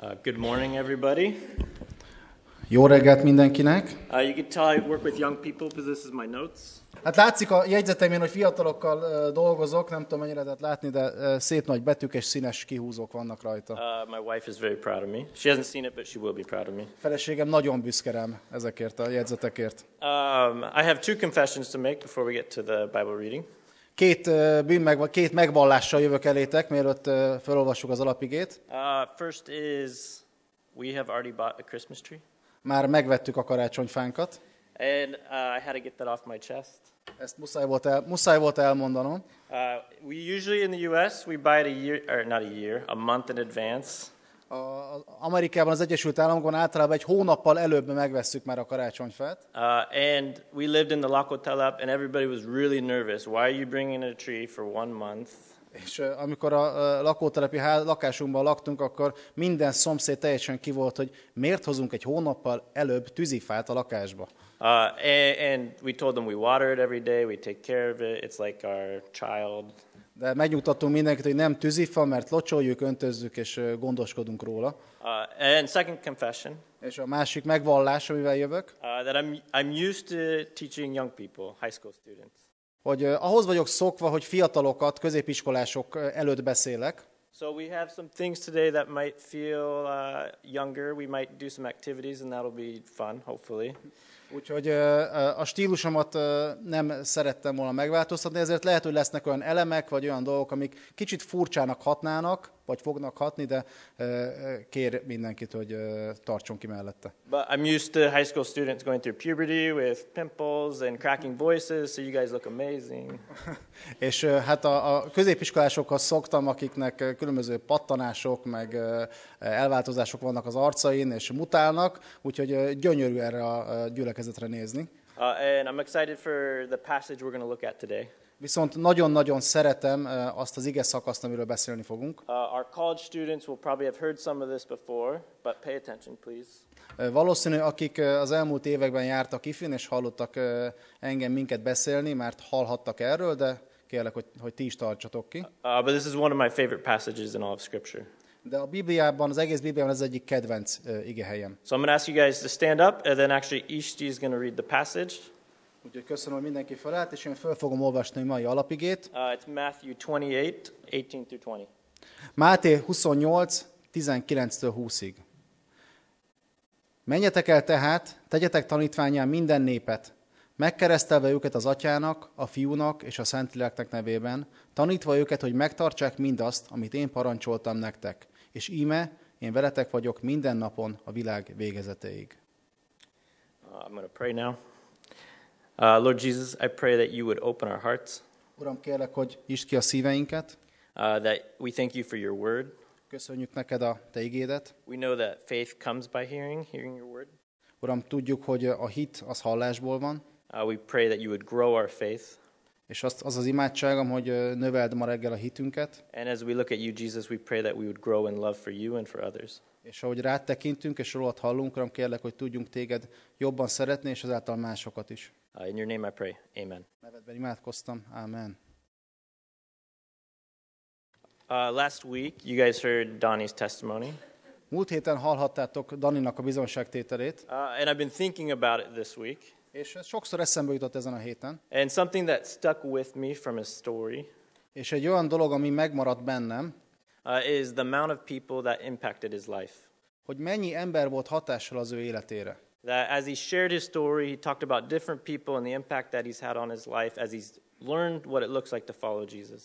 Uh, Good morning, everybody. Jó reggelt mindenkinek! Uh, You can tell I work with young people because this is my notes. Hát látszik a jegyzetemén, hogy fiatalokkal ö, dolgozok, nem tudom mennyire lehet látni, de ö, szép nagy betűk és színes kihúzók vannak rajta. Uh, My wife is very proud of me. She hasn't seen it, but she will be proud of me. Feleségem nagyon büszke rám ezekért a jegyzetekért. Um, I have two confessions to make before we get to the Bible reading. Két, ö, bűn meg, két megvallással jövök elétek, mielőtt ö, felolvassuk az alapigét. Uh, First is, we have already bought a Christmas tree, Már megvettük a karácsonyfánkat. and uh, I had to get that off my chest. Ezt muszáj volt, el, muszáj volt elmondanom. Uh, We usually, in the U.S., we buy it a year, or not a year, a month in advance. A, a- Amerikában, az Egyesült Államokban általában egy hónappal előbb megvesszük már a karácsonyfát. Uh, and we lived in the Lakotelep, and everybody was really nervous. Why are you bringing a tree for one month? És ö, amikor a ö, lakótelepi ház, lakásunkban laktunk, akkor minden szomszéd teljesen ki volt, hogy miért hozunk egy hónappal előbb tűzifát a lakásba. Uh, and, and we told them we water it every day, we take care of it, it's like our child. De megnyugtattunk mindenkit, hogy nem tűzifa, mert locsoljuk, öntözzük és ö, gondoskodunk róla. Uh, and second confession És a másik megvallás, amivel jövök, uh, that I'm, I'm used to teaching young people, high school students. hogy ö, ahhoz vagyok szokva, hogy fiatalokat, középiskolások ö, előtt beszélek, So we have some things today that might feel uh, younger. We might do some activities, and that'll be fun, hopefully. Úgyhogy ö, ö, a stílusomat ö, nem szerettem volna megváltoztatni, ezért lehet, hogy lesznek olyan elemek, vagy olyan dolgok, amik kicsit furcsának hatnának, vagy fognak hatni, de ö, ö, kér mindenkit, hogy ö, tartson ki mellette. But I'm used to high school students going through puberty with pimples and cracking voices, so you guys look amazing. És ö, hát a, a középiskolásokhoz szoktam, akiknek ö, különböző pattanások, meg ö, elváltozások vannak az arcain, és mutálnak, úgyhogy ö, gyönyörű erre a ö, gyülekezetre nézni. Uh, and I'm excited for the passage we're going to look at today. Viszont nagyon-nagyon szeretem ö, azt az ige szakaszt, amiről beszélni fogunk. Uh, our college students will probably have heard some of this before, but pay attention, please. Valószínű, akik ö, az elmúlt években jártak ifin, és hallottak ö, engem minket beszélni, mert hallhattak erről, de kérlek, hogy, hogy ti is tartsatok ki. Uh, but this is one of my favorite passages in all of Scripture. De a Bibliában, az egész Bibliában ez egyik kedvenc ö, igehelyem. So I'm going to ask you guys to stand up, and then actually Ishti is going to read the passage. Úgyhogy köszönöm, hogy mindenki felállt, és én föl fogom olvasni a mai alapigét. Uh, it's Matthew 28, 18 through 20. Máté 28, 19-től 20-ig. Menjetek el tehát, tegyetek tanítványán minden népet, megkeresztelve őket az atyának, a fiúnak és a szentléleknek nevében, tanítva őket, hogy megtartsák mindazt, amit én parancsoltam nektek, és íme, én veletek vagyok minden napon a világ végezetéig. Uh, I'm going to pray now. Uh, Lord Jesus, I pray that you would open our hearts, Uram, kérlek, hogy isd ki a szíveinket, uh, that we thank you for your word. köszönjük neked a te igédet. We know that faith comes by hearing, hearing your word. Uram, tudjuk, hogy a hit az hallásból van, Uh, we pray that you would grow our faith. És azt, az az imádságom, hogy ö, növeld ma reggel a hitünket, And as we look at you, Jesus, we pray that we would grow in love for you and for others. és ahogy rád tekintünk, és rólad hallunk, Uram, kérlek, hogy tudjunk téged jobban szeretni, és ezáltal másokat is. Uh, in your name I pray. Amen. Nevedben imádkoztam. Amen. Uh, last week, you guys heard Donnie's testimony, Múlt héten hallhattátok Daninak a bizonságtételét, uh, and I've been thinking about it this week. és ez sokszor eszembe jutott ezen a héten. And something that stuck with me from his story És egy olyan dolog, ami megmaradt bennem, uh, is the amount of people that impacted his life. hogy mennyi ember volt hatással az ő életére. That as he shared his story, he talked about different people and the impact that he's had on his life as he's learned what it looks like to follow Jesus.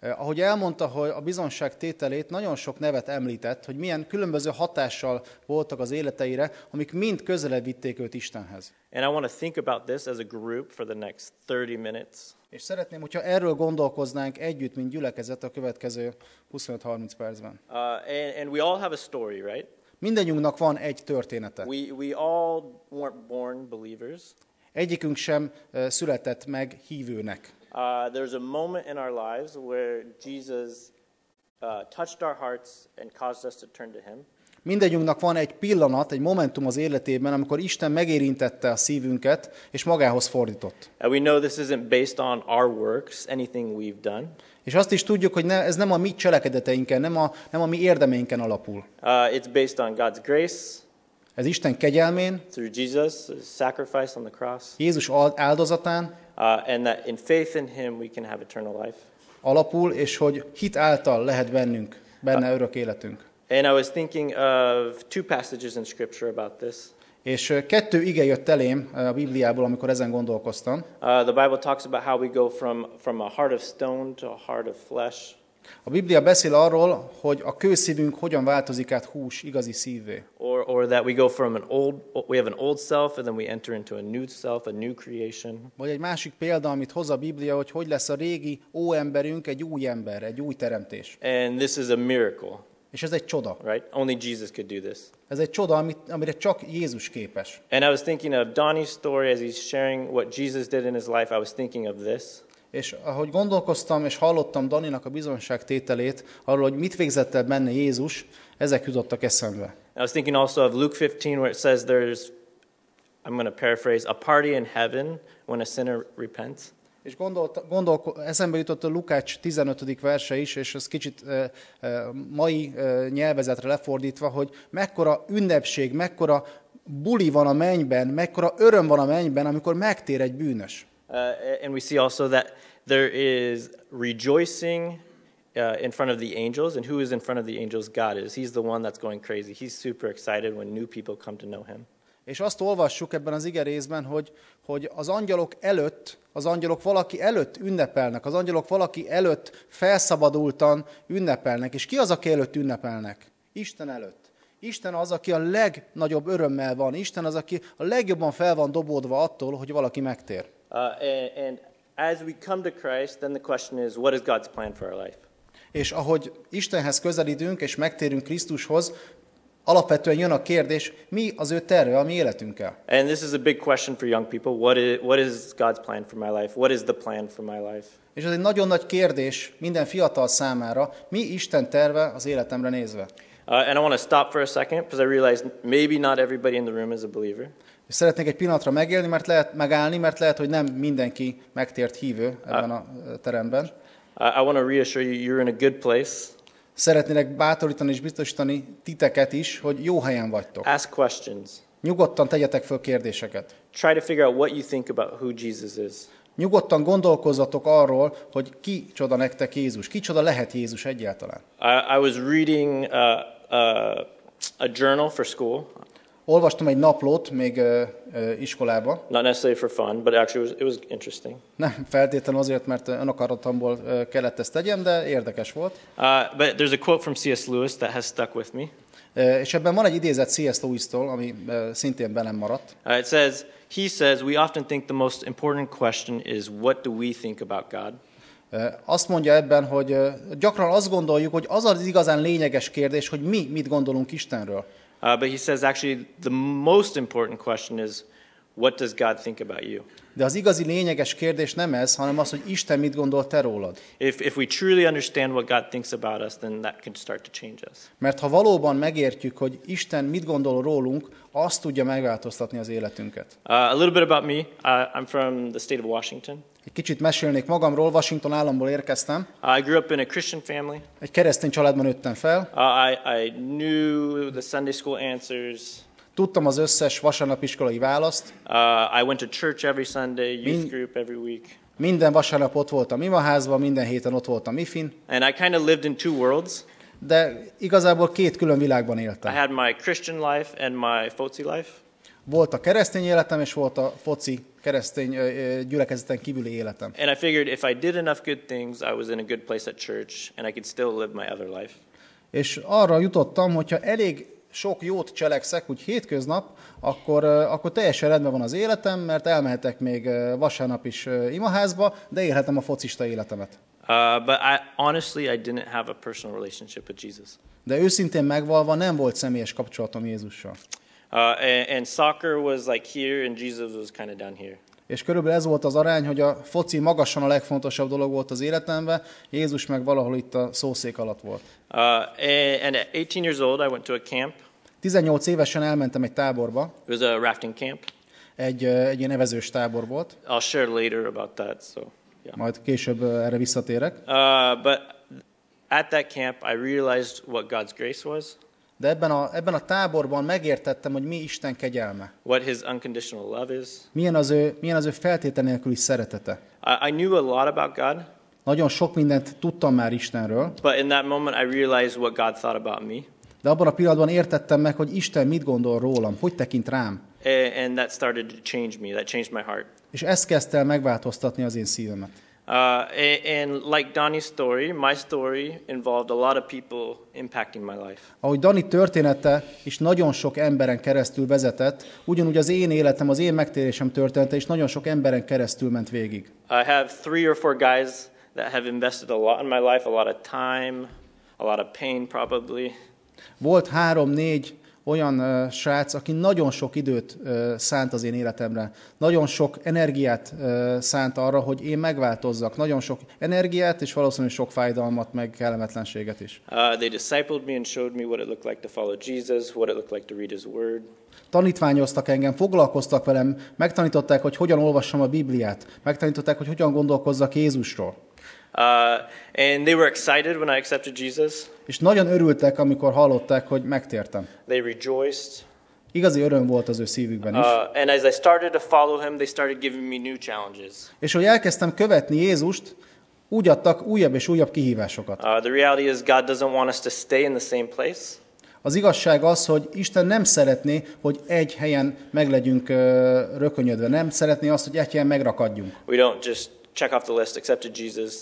Eh, Ahogy elmondta, hogy a bizonság tételét nagyon sok nevet említett, hogy milyen különböző hatással voltak az életeire, amik mind közelebb vitték őt Istenhez. And I want to think about this as a group for the next 30 minutes. És szeretném, hogyha erről gondolkoznánk együtt, mint gyülekezet a következő 25-30 percben. Uh, and, and we all have a story, right? Mindennyiunknak van egy története. We, we all weren't born believers. Egyikünk sem ö, született meg hívőnek. Uh, there's a moment in our lives where Jesus uh, touched our hearts and caused us to turn to Him. Mindegyünknek van egy pillanat, egy momentum az életében, amikor Isten megérintette a szívünket, és magához fordított. And we know this isn't based on our works, anything we've done. És azt is tudjuk, hogy ne, ez nem a mi cselekedeteinken, nem a, nem a mi érdemeinken alapul. Uh, it's based on God's grace Ez Isten kegyelmén, through Jesus, his sacrifice on the cross, Jézus al- áldozatán uh, and that in faith in him we can have eternal life. alapul, és hogy hit által lehet bennünk, benne örök életünk. And I was thinking of two passages in Scripture about this. És ö, kettő ige jött elém ö, a Bibliából, amikor ezen gondolkoztam. Uh, the Bible talks about how we go from, from a heart of stone to a heart of flesh, A Biblia beszél arról, hogy a kőszívünk hogyan változik át hús igazi szívvé. or, or that we go from an old, we have an old self and then we enter into a new self, a new creation. Vagy egy másik példa, amit hoz a Biblia, hogy hogy lesz a régi óemberünk egy új ember, egy új teremtés. And this is a miracle, És ez egy csoda. right? Only Jesus could do this. Ez egy csoda, amit, amire csak Jézus képes. And I was thinking of Donnie's story as he's sharing what Jesus did in his life. I was thinking of this. És ahogy gondolkoztam és hallottam Daninak a bizonságtételét arról, hogy mit végzett el benne Jézus, ezek jutottak eszembe. I was thinking also of Luke 15, where it says there's, I'm going to paraphrase, a party in heaven when a sinner repents. És gondolt, gondol, eszembe jutott a Lukács 15. verse is, és ez kicsit e, e, mai e, nyelvezetre lefordítva, hogy mekkora ünnepség, mekkora buli van a mennyben, mekkora öröm van a mennyben, amikor megtér egy bűnös. Uh, and we see also that there is rejoicing uh, in front of the angels. And who is in front of the angels? God is. He's the one that's going crazy. He's super excited when new people come to know him. És azt olvassuk ebben az ige részben, hogy, hogy az angyalok előtt, az angyalok valaki előtt ünnepelnek, az angyalok valaki előtt felszabadultan ünnepelnek. És ki az, aki előtt ünnepelnek? Isten előtt. Isten az, aki a legnagyobb örömmel van. Isten az, aki a legjobban fel van dobódva attól, hogy valaki megtér. Uh, and, and as we come to Christ, then the question is what is God's plan for our life? És ahogy Istenhez közelítünk és megtérünk Krisztushoz, alapvetően jön a kérdés, mi az ő terve a mi életünkkel? And this is a big question for young people. What is, what is God's plan for my life? What is the plan for my life? És ez egy nagyon nagy kérdés minden fiatal számára, mi Isten terve az életemre nézve. Uh, and I want to stop for a second because I realize maybe not everybody in the room is a believer. És szeretnék egy pillanatra megélni, mert lehet megállni, mert lehet, hogy nem mindenki megtért hívő ebben a ö, teremben. Uh, I want to reassure you, you're in a good place. Szeretnélek bátorítani és biztosítani titeket is, hogy jó helyen vagytok. Ask questions. Nyugodtan tegyetek föl kérdéseket. Try to figure out what you think about who Jesus is. Nyugodtan gondolkozzatok arról, hogy ki csoda nektek Jézus, ki csoda lehet Jézus egyáltalán. I, I was reading uh, uh, a journal for school, Olvastam egy naplót még ö, ö, iskolában, not necessarily for fun, but actually it was, it was interesting. Nem feltétlenül azért, mert önakaratomból ö, kellett ezt tegyem, de érdekes volt. Uh, but there's a quote from C.S. Lewis that has stuck with me. Ö, És ebben van egy idézet C.S. Lewis-tól, ami ö, szintén belem maradt. Uh, it says, he says, we often think the most important question is, what do we think about God? Ö, Azt mondja ebben, hogy ö, gyakran azt gondoljuk, hogy az az igazán lényeges kérdés, hogy mi mit gondolunk Istenről. Uh, but he says, actually, the most important question is, what does God think about you? De az igazi lényeges kérdés nem ez, hanem az, hogy Isten mit gondol te rólad. If, if we truly understand what God thinks about us, then that can start to change us. Mert ha valóban megértjük, hogy Isten mit gondol rólunk, azt tudja megváltoztatni az életünket. Uh, a little bit about me. Uh, I'm from the state of Washington. Egy kicsit mesélnék magamról, Washington államból érkeztem. I grew up in a Christian family. Egy keresztény családban nőttem fel, Uh, I, I knew the Sunday school answers. Tudtam az összes vasárnapiskolai választ, Uh, I went to church every Sunday, youth Mm. group every week. minden vasárnap ott voltam imaházban, minden héten ott voltam ifin, And I kind of lived in two worlds. de igazából két külön világban I éltem. had my Christian life and my FOTSI life. Volt a keresztény életem, és volt a foci keresztény ö, ö, gyülekezeten kívüli életem. And I figured if I did enough good things, I was in a good place at church and I could still live my other life. És arra jutottam, hogyha elég sok jót cselekszek, úgy hétköznap, akkor, ö, akkor teljesen rendben van az életem, mert elmehetek még ö, vasárnap is ö, imaházba, de élhetem a focista életemet. Uh, but I, honestly, I didn't have a personal relationship with Jesus. De őszintén megvalva nem volt személyes kapcsolatom Jézussal. Uh, and, and soccer was like here, and Jesus was kind of down here. És körülbelül ez volt az arány, hogy a foci magasan a legfontosabb dolog volt az életemben, Jézus meg valahol itt a szószék alatt volt. Uh, and, and at 18 years old, I went to a camp. 18 évesen elmentem egy táborba, It was a rafting camp. egy, ö, egy ilyen evezős tábor volt, I'll share later about that. So, yeah. majd később ö, erre visszatérek. Uh, but at that camp, I realized what God's grace was, De ebben a, ebben a táborban megértettem, hogy mi Isten kegyelme. what His unconditional love is. Milyen az ő, milyen az ő feltétel nélküli szeretete. I, I knew a lot about God, Nagyon sok mindent tudtam már Istenről, but in that moment, I realized what God thought about me, de abban a pillanatban értettem meg, hogy Isten mit gondol rólam, hogy tekint rám. a- and that started to change me. That changed my heart. És ez kezdte el megváltoztatni az én szívemet. Uh, a- and like Donnie's story, my story involved a lot of people impacting my life. Ahogy Dani története is nagyon sok emberen keresztül vezetett, ugyanúgy az én életem, az én megtérésem története is nagyon sok emberen keresztül ment végig. I have three or four guys that have invested a lot in my life, a lot of time, a lot of pain, probably. Volt három-négy olyan ö, srác, aki nagyon sok időt ö, szánt az én életemre, nagyon sok energiát ö, szánt arra, hogy én megváltozzak, nagyon sok energiát és valószínűleg sok fájdalmat, meg kellemetlenséget is. Uh, they discipled me and showed me what it looked like to follow Jesus, what it looked like to read his word. Tanítványoztak engem, foglalkoztak velem, megtanították, hogy hogyan olvassam a Bibliát, megtanították, hogy hogyan gondolkozzak Jézusról. Uh, and they were excited when I accepted Jesus. És nagyon örültek, amikor hallották, hogy megtértem. They rejoiced. Igazi öröm volt az ő szívükben is. Uh, and as I started to follow him, they started giving me new challenges. És hogy elkezdtem követni Jézust, úgy adtak újabb és újabb kihívásokat. Uh, the reality is, God doesn't want us to stay in the same place. Az igazság az, hogy Isten nem szeretné, hogy egy helyen meglegyünk ö, rökönyödve. Nem szeretné azt, hogy egy helyen megrakadjunk. We don't just check off the list, accepted Jesus.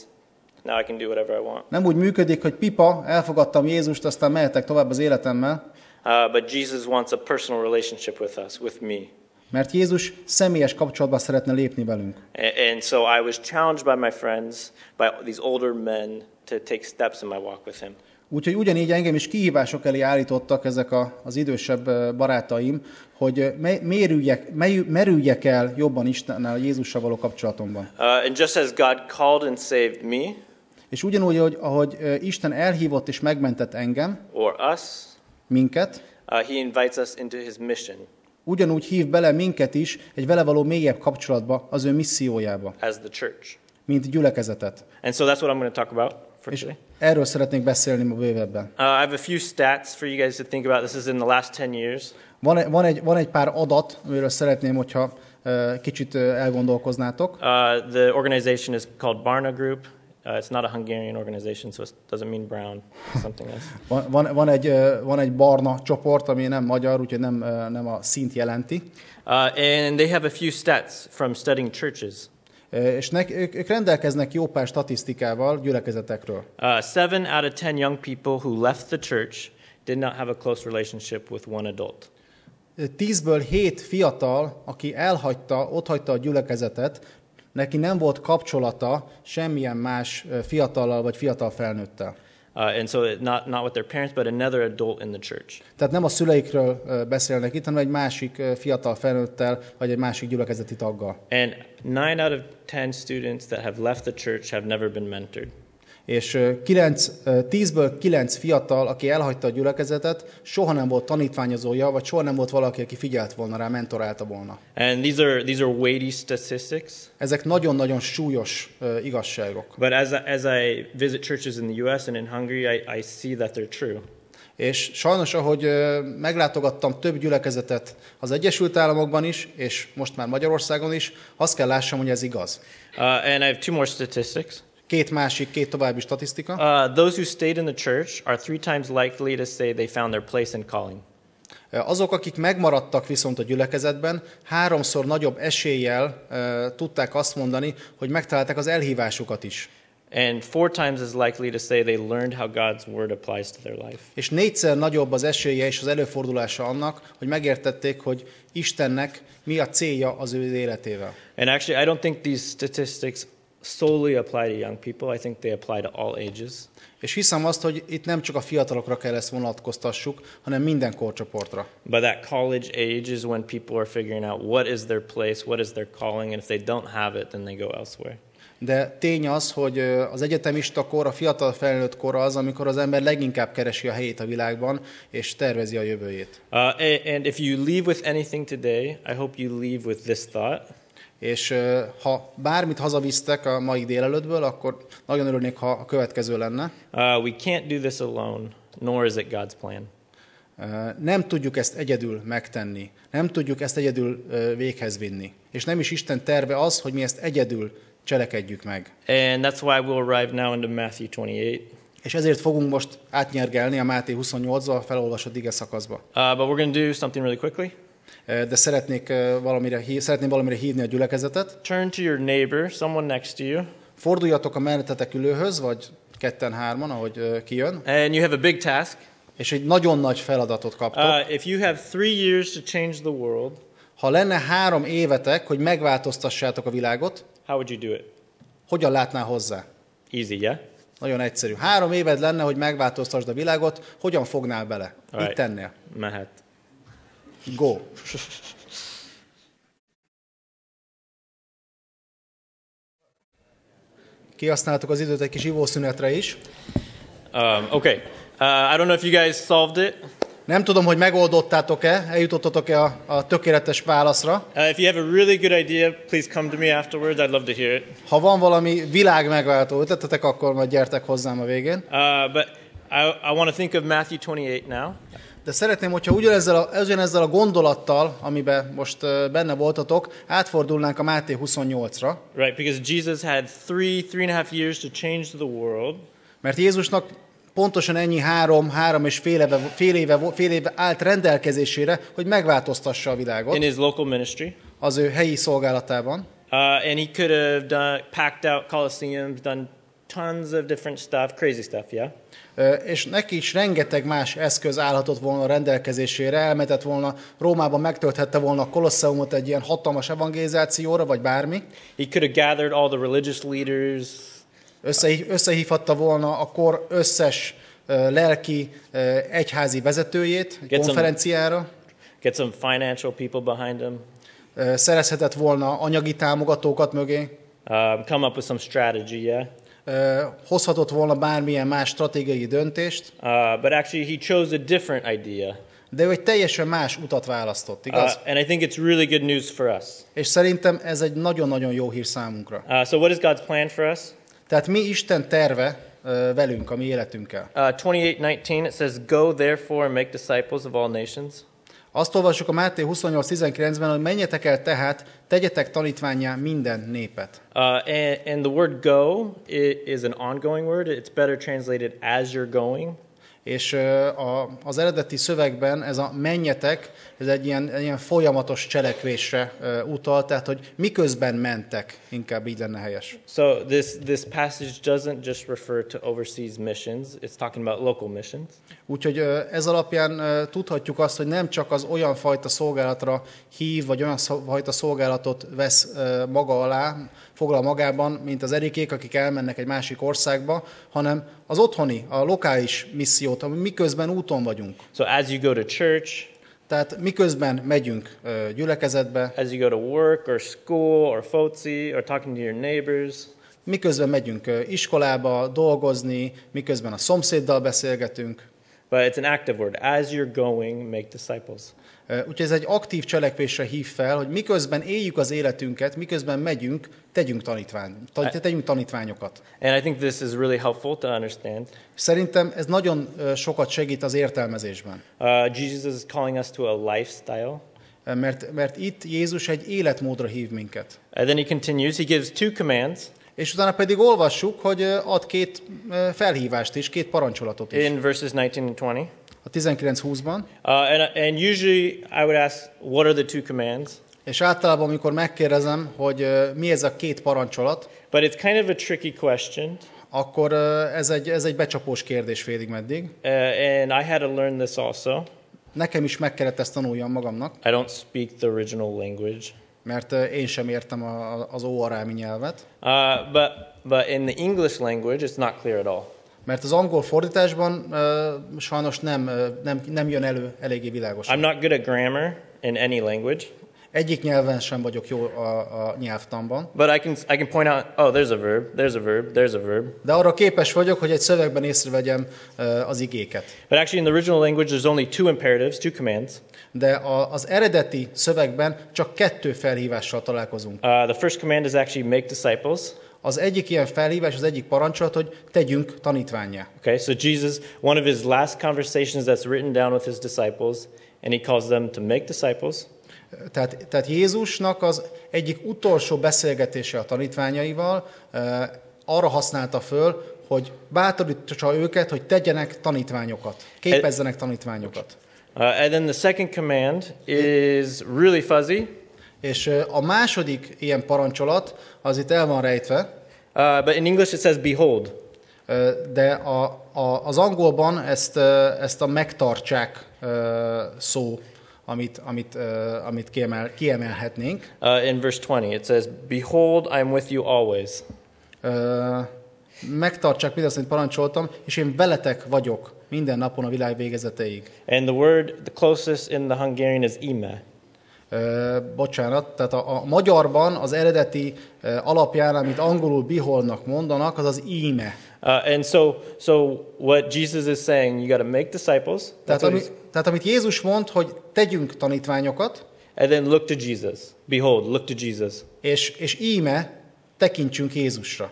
Now I can do whatever I want. Nem úgy működik, hogy pipa, elfogadtam Jézust, aztán mehetek tovább az életemmel, Uh, but Jesus wants a personal relationship with us, with me. mert Jézus személyes kapcsolatba szeretne lépni velünk. A- And so I was challenged by my friends, by these older men, to take steps in my walk with him. Úgyhogy ugyanígy engem is kihívások elé állítottak ezek a, az idősebb ö, barátaim, hogy ö, me- mérüljek, mely- merüljek el jobban Istennel, Jézussal való kapcsolatomban. Uh, and just as God called and saved me, És ugyanúgy, hogy, ahogy ö, Isten elhívott és megmentett engem, or us, minket, uh, he invites us into his mission ugyanúgy hív bele minket is egy vele való mélyebb kapcsolatba, az ő missziójába, as the church. mint gyülekezetet. And so that's what I'm going to talk about for És today. erről szeretnék beszélni ma bővebben. Uh, I have a few stats for you guys to think about. This is in the last 10 years. Van, e-, van, egy, van egy pár adat, amiről szeretném, hogyha ö, kicsit ö, elgondolkoznátok. Uh, the organization is called Barna Group. Uh, it's not a Hungarian organization, so it doesn't mean brown, something else. Van, van, van, egy, ö, van egy barna csoport, ami nem magyar, úgyhogy nem, ö, nem a szint jelenti. Uh, and they have a few stats from studying churches. Ö, És nek, ők, ők rendelkeznek jó pár statisztikával gyülekezetekről. Uh, seven out of 10 young people who left the church did not have a close relationship with one adult. Tízből hét fiatal, aki elhagyta, otthagyta a gyülekezetet, neki nem volt kapcsolata semmilyen más ö, fiatallal vagy fiatal felnőttel. Uh, and so, it, not, not with their parents, but another adult in the church. Tehát nem a szüleikről ö, beszélnek itt, hanem egy másik ö, fiatal felnőttel, vagy egy másik gyülekezeti taggal. And nine out of 10 students that have left the church have never been mentored. És ö, kilenc, ö, tízből kilenc fiatal, aki elhagyta a gyülekezetet, soha nem volt tanítványozója, vagy soha nem volt valaki, aki figyelt volna rá, mentorálta volna. And these are, these are weighty statistics. Ezek nagyon-nagyon súlyos ö, igazságok. But as I, as I visit churches in the US and in Hungary, I, I see that they're true. És sajnos, ahogy ö, meglátogattam több gyülekezetet az Egyesült Államokban is, és most már Magyarországon is, azt kell lássam, hogy ez igaz. Uh, and I have two more statistics. Két másik, két további statisztika. Uh, those who stayed in the church are three times likely to say they found their place and calling. Ö, Azok, akik megmaradtak viszont a gyülekezetben, háromszor nagyobb eséllyel ö, tudták azt mondani, hogy megtalálták az elhívásukat is. And four times as likely to say they learned how God's word applies to their life. És négyszer nagyobb az esélye és az előfordulása annak, hogy megértették, hogy Istennek mi a célja az ő életével. And actually, I don't think these statistics solely apply to young people. I think they apply to all ages. És hiszem azt, hogy itt nem csak a fiatalokra kell ezt vonatkoztassuk, hanem minden korcsoportra. But that college age is when people are figuring out what is their place, what is their calling, and if they don't have it, then they go elsewhere. De tény az, hogy ö, az egyetemista kor, a fiatal felnőtt kor az, amikor az ember leginkább keresi a helyét a világban, és tervezi a jövőjét. Uh, and, and if you leave with anything today, I hope you leave with this thought. És ö, ha bármit hazavisztek a mai délelőttből, akkor nagyon örülnék, ha a következő lenne. Uh, we can't do this alone, nor is it God's plan. Ö, Nem tudjuk ezt egyedül megtenni, nem tudjuk ezt egyedül ö, véghez vinni. És nem is Isten terve az, hogy mi ezt egyedül cselekedjük meg. And that's why we'll arrive now into Matthew 28. És ezért fogunk most átnyergelni a Máté 28-ba felolvasott ige szakaszba. Uh, but we're going to do something really quickly. Ö, De szeretnék ö, valamire, hí- szeretném valamire hívni a gyülekezetet. Turn to your neighbor, someone next to you, Forduljatok a mellettetek ülőhöz, vagy ketten-hárman, ahogy ö, kijön, and you have a big task. és egy nagyon nagy feladatot kaptok. Uh, if you have three years to change the world, Ha lenne három évetek, hogy megváltoztassátok a világot, how would you do it? hogyan látnál hozzá? Easy, yeah? Nagyon egyszerű. Három éved lenne, hogy megváltoztasd a világot, hogyan fognál bele? Alright. Mit tennél? Mehet. Go! Kihasználtuk az időt egy kis ivószünetre is. Um, okay. Uh, I don't know if you guys solved it. Nem tudom, hogy megoldottátok-e, eljutottatok-e a, a tökéletes válaszra. Uh, if you have a really good idea, please come to me afterwards. I'd love to hear it. Ha van valami világ megváltó ötletetek, akkor majd gyertek hozzám a végén. Uh, but I, I want to think of Matthew 28 now. De szeretném, hogyha ugyanezzel a, ugyanezzel a gondolattal, amiben most ö, benne voltatok, átfordulnánk a Máté 28-ra, Right, because Jesus had three, three and a half years to change the world. mert Jézusnak pontosan ennyi három, három és fél éve, fél éve, vo- fél éve állt rendelkezésére, hogy megváltoztassa a in világot his local ministry. az ő helyi szolgálatában. Uh, and he could have done packed out coliseums, done tons of different stuff, crazy stuff, yeah. Ö, És neki is rengeteg más eszköz állhatott volna a rendelkezésére, elmetett volna, Rómában megtölthette volna a Kolosseumot egy ilyen hatalmas evangelizációra, vagy bármi. He could have gathered all the religious leaders. Összehív, összehívhatta volna a kor összes ö, lelki ö, egyházi vezetőjét egy some- konferenciára, Get some financial people behind him. ö, szerezhetett volna anyagi támogatókat mögé, Um, come up with some strategy, yeah. ö, hozhatott volna bármilyen más stratégiai döntést, Uh, but actually, he chose a different idea. de ő egy teljesen más utat Uh, választott, igaz? and I think it's really good news for us. És szerintem ez egy nagyon-nagyon jó hír számunkra. Uh, so, what is God's plan for us? Tehát mi Isten terve ö, velünk, a mi életünkkel? Uh, 28 19, it says, Go therefore and make disciples of all nations. Azt olvassuk a Máté 28.19-ben, hogy menjetek el tehát, tegyetek tanítványá minden népet. Uh, and, and the word go i- is an ongoing word. It's better translated as you're going. És ö, a, az eredeti szövegben ez a menjetek, ez egy ilyen, egy ilyen folyamatos cselekvésre ö, utal, tehát hogy miközben mentek, inkább így lenne helyes. So this, this passage doesn't just refer to overseas missions, it's talking about local missions. Úgyhogy ö, ez alapján ö, tudhatjuk azt, hogy nem csak az olyan fajta szolgálatra hív, vagy olyan szol- fajta szolgálatot vesz ö, maga alá, foglal magában, mint az erikék, akik elmennek egy másik országba, hanem az otthoni, a lokális missziót, ami miközben úton vagyunk. So as you go to church, Tehát miközben megyünk ö, gyülekezetbe, as you go to work or school or FOTSI E or talking to your neighbors, Miközben megyünk ö, iskolába dolgozni, miközben a szomszéddal beszélgetünk. but it's an active word. As you're going, make disciples. Ö, Úgyhogy ez egy aktív cselekvésre hív fel, hogy miközben éljük az életünket, miközben megyünk, tegyünk, tanítvány, ta- tegyünk tanítványokat. And I think this is really helpful to understand. Szerintem ez nagyon ö, sokat segít az értelmezésben, Uh, Jesus is calling us to a lifestyle. Ö, mert, mert itt Jézus egy életmódra hív minket. And Uh, then he continues, he gives two commands. És utána pedig olvassuk, hogy ö, ad két ö, felhívást is, két parancsolatot is. in verses 19 and 20. A 19-20-ban. Uh, and, and usually I would ask, what are the two commands? És általában, amikor megkérdezem, hogy ö, mi ez a két parancsolat, But it's kind of a tricky question, akkor ö, ez egy, ez egy becsapós kérdés félig meddig. uh, and I had to learn this also. Nekem is meg kellett ezt tanuljam magamnak, I don't speak the original language. mert ö, én sem értem a, a- az óarámi nyelvet. Uh, but, but in the English language, it's not clear at all. Mert az angol fordításban ö, sajnos nem, ö, nem, nem jön elő eléggé világosan. I'm not good at grammar in any language, Egyik nyelven sem vagyok jó a, a nyelvtanban, But I can, I can point out, oh, there's a verb, there's a verb, there's a verb. de arra képes vagyok, hogy egy szövegben észrevegyem ö, az igéket. But actually, in the original language, there's only two imperatives, two commands. De a, az eredeti szövegben csak kettő felhívással találkozunk. Uh, the first command is actually make disciples. Az egyik ilyen felhívás, az egyik parancsolat, hogy tegyünk tanítványá. Okay, so Jesus, one of his last conversations that's written down with his disciples, and he calls them to make disciples. Tehát, tehát Jézusnak az egyik utolsó beszélgetése a tanítványaival eh, arra használta föl, hogy bátorítsa őket, hogy tegyenek tanítványokat, képezzenek tanítványokat. Uh, and then the second command is really fuzzy, És eh, a második ilyen parancsolat, az itt el van rejtve, uh, but in English it says behold. eh, de a, a, az angolban ezt, eh, ezt a megtartsák eh, szó, amit, amit, eh, amit kiemel, kiemelhetnénk. Uh, in verse 20, it says, Behold, I am with you always. Ö, megtartsák mindazt, amit parancsoltam, és én veletek vagyok minden napon a világ végezeteig. And the word, the closest in the Hungarian is ima. Ö, bocsánat, tehát a, a magyarban az eredeti ö, alapján, amit angolul biholnak mondanak, az az íme. Uh, and so, so what Jesus is saying, you got to make disciples, that's Tehát, what ami, he's- tehát amit Jézus mond, hogy tegyünk tanítványokat, and then look to Jesus. Behold, look to Jesus. és, és íme tekintsünk Jézusra.